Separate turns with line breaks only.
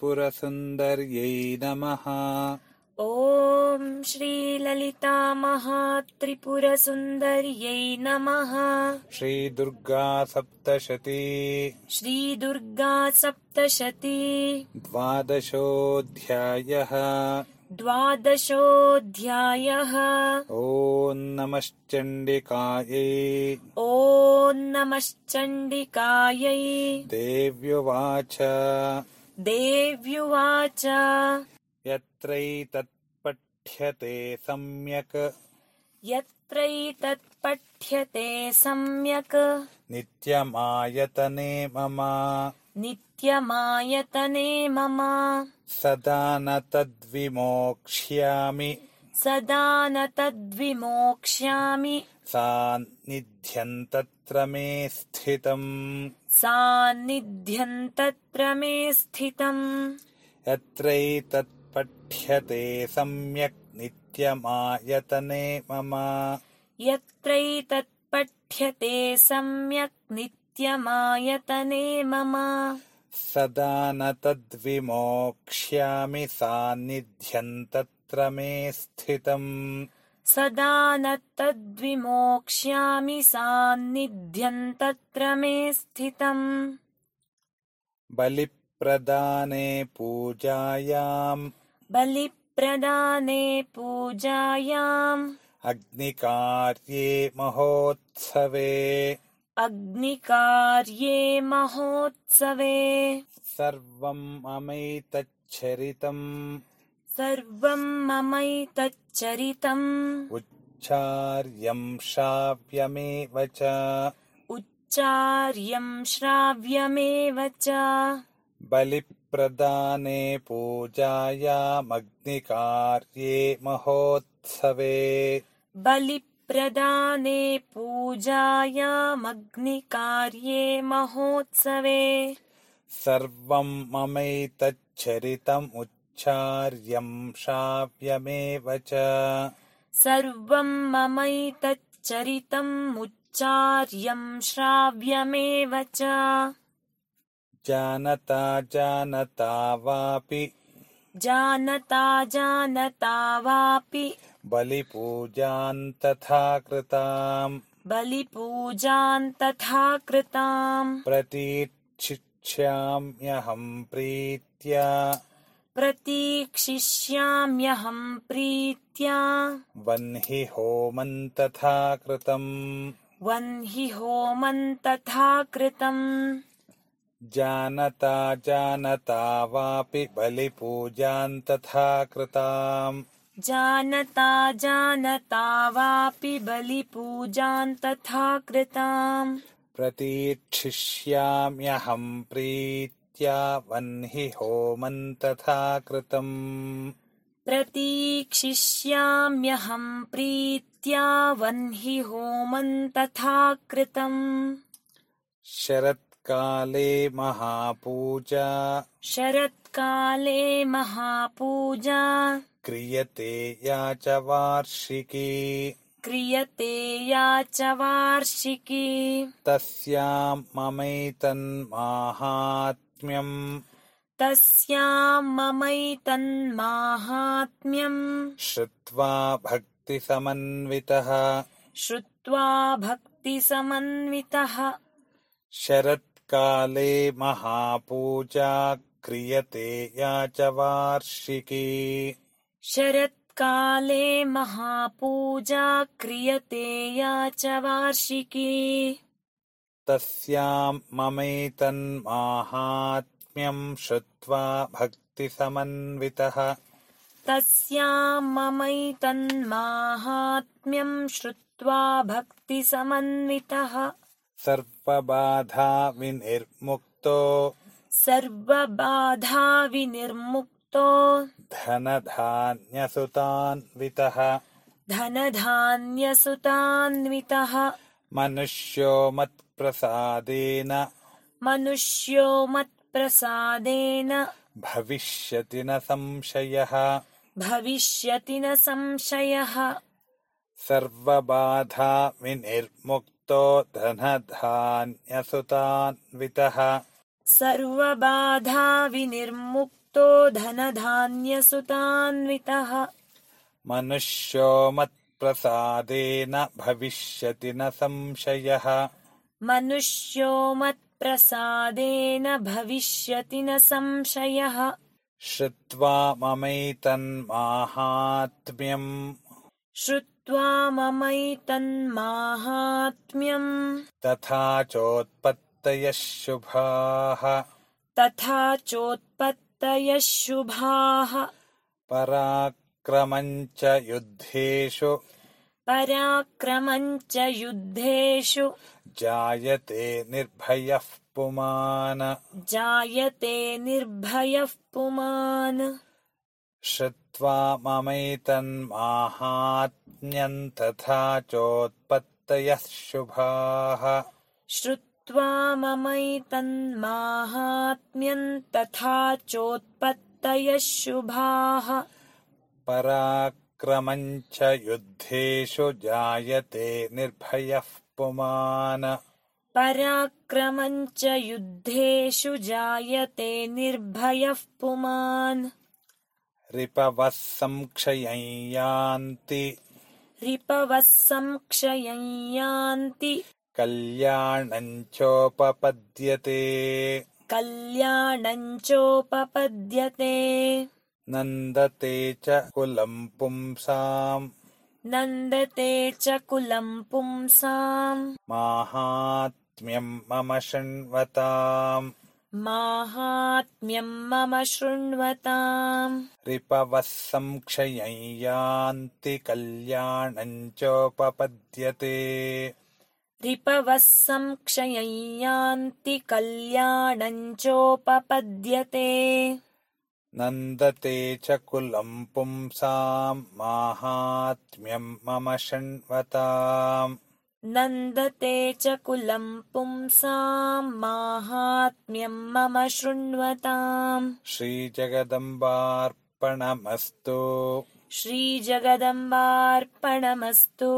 श्रीललितामहात्रिपुरसुन्दर्यै नमः
ॐ श्रीललितामहात्रिपुरसुन्दर्यै नमः
श्रीदुर्गा सप्तशती
श्रीदुर्गा सप्तशती
द्वादशोऽध्यायः
द्वादशोऽध्यायः
ॐ नमश्चण्डिकायै
ॐ नमश्चण्डिकायै
देव्युवाच
देव्युवाच
यत्रैतत्पठ्यते सम्यक्
यत्रैतत् पठ्यते सम्यक्
नित्यमायतने मम
नित्यमायतने मम
सदा न तद्विमोक्ष्यामि
सदा न तद्विमोक्ष्यामि
सान्निध्यम् तत्र मे स्थितम्
सान्निध्यम् तत्र मे स्थितम्
यत्रैतत्पठ्यते सम्यक् नित्यमायतने मम
यत्रैतत् पठ्यते सम्यक् नित्यमायतने मम
सदा न तद्विमोक्ष्यामि सान्निध्यम् तत्र मे स्थितम्
सदा न तद्विमोक्ष्यामि सान्निध्यम् तत्र मे स्थितम्
बलिप्रदाने पूजायाम्
बलिप्रदाने पूजायाम्
अग्निकार्ये महोत्सवे
अग्निकार्ये महोत्सवे
सर्वम् ममैतच्छरितम्
सर्वम् ममैतच्चरितम्
उच्चार्यम् श्राव्यमेव च
उच्चार्यम् श्राव्यमेव च
बलिप्रदाने पूजायामग्निकार्ये महोत्सवे
बलिप्रदाने पूजायामग्निकार्ये महोत्सवे
सर्वम् ममैतच्छरितम् उच्चार्यम् श्राव्यमेव च
सर्वम् ममैतच्चरितम् उच्चार्यम् श्राव्यमेव च
जानता जानता वापि
जानता जानता वापि
बलिपूजाम् तथा कृताम्
बलिपूजाम् तथा कृताम्
प्रतीक्षिक्ष्याम्यहम् प्रीत्या
प्रतीक्षिष्याम्यहम् प्रीत्या
वह्नि होमम् तथा कृतम्
वह्नि होमम् तथा कृतम्
जानता जानता वापि बलिपूजाम् तथा कृताम्
जानता जानता वापि बलिपूजाम् तथा कृताम्
प्रतीक्षिष्याम्यहम् प्रीत्या वह्नि होमम् तथा कृतम्
प्रतीक्षिष्याम्यहम् प्रीत्या वह्नि होमम् तथा कृतम्
शरत्काले महापूजा
शरत्काले महापूजा
क्रियते या च वार्षिकी
क्रियते या च वार्षिकी
तस्याम् ममैतन्माहात्म्यम्
तस्यां ममैतन्माहात्म्यम्
श्रुत्वा भक्तिसमन्वितः
श्रुत्वा भक्तिसमन्वितः
शरत्काले महापूजा क्रियते या च वार्षिकी
शरत्काले महापूजा क्रियते या च वार्षिकी
तस्याम् ममैतन्माहात्म्यम् श्रुत्वा भक्तिसमन्वितः
तस्यां ममैतन्माहात्म्यम् श्रुत्वा भक्तिसमन्वितः
सर्वबाधा विनिर्मुक्तो
सर्वबाधाविनिर्मुक्तो
धनधान्यसुतान्वितः
धनधान्यसुतान्वितः
मनुष्यो मत्प्रसादेन
मनुष्यो मत्प्रसादेन
भविष्यति न संशयः
भविष्यति न संशयः
सर्वबाधा विनिर्मुक्तो धनधान्यसुतान्वितः
सर्वबाधा विनिर्मुक्तो धनधान्यसुतान्वितः
मनुष्यो मत्प्रसादेन भविष्यति न संशयः
मनुष्यो मत्प्रसादेन भविष्यति न संशयः
श्रुत्वा ममैतन्माहात्म्यम्
श्रुत्वा ममैतन्माहात्म्यम्
तथा चोत्पत्तयः शुभाः
तथा चोत्पत्तयः शुभाः
पराक्रमम् च युद्धेषु
पराक्रमम् च युद्धेषु
जायते निर्भयः पुमान्
जायते निर्भयः पुमान्
श्रुत्वा ममैतन्माहात्म्यम् तथा चोत्पत्तयः शुभाः
श्रुत्वा ममैतन्माहात्म्यम् तथा चोत्पत्तयः शुभाः
पराक्रमम् च युद्धेषु जायते निर्भयः पुमान्
पराक्रमम् च युद्धेषु जायते निर्भयः पुमान्
रिपवः संक्षयं यान्ति
रिपवः संक्षयं यान्ति
कल्याणम् चोपपद्यते
कल्याणम् चोपपद्यते
नन्दते च कुलम् पुंसाम्
नन्दते च कुलम् पुंसाम्
माहात्म्यम् मम शृण्वताम्
माहात्म्यम् मम शृण्वताम्
रिपवः संक्षयं यान्ति कल्याणम् चोपपद्यते
रिपवः संक्षयं यान्ति कल्याणम् चोपपद्यते
नन्दते च कुलम् पुंसाम् माहात्म्यम् मम शृण्वताम्
नन्दते च कुलम् पुंसाम् माहात्म्यम् मम शृण्वताम्
श्रीजगदम्बार्पणमस्तु
श्रीजगदम्बार्पणमस्तु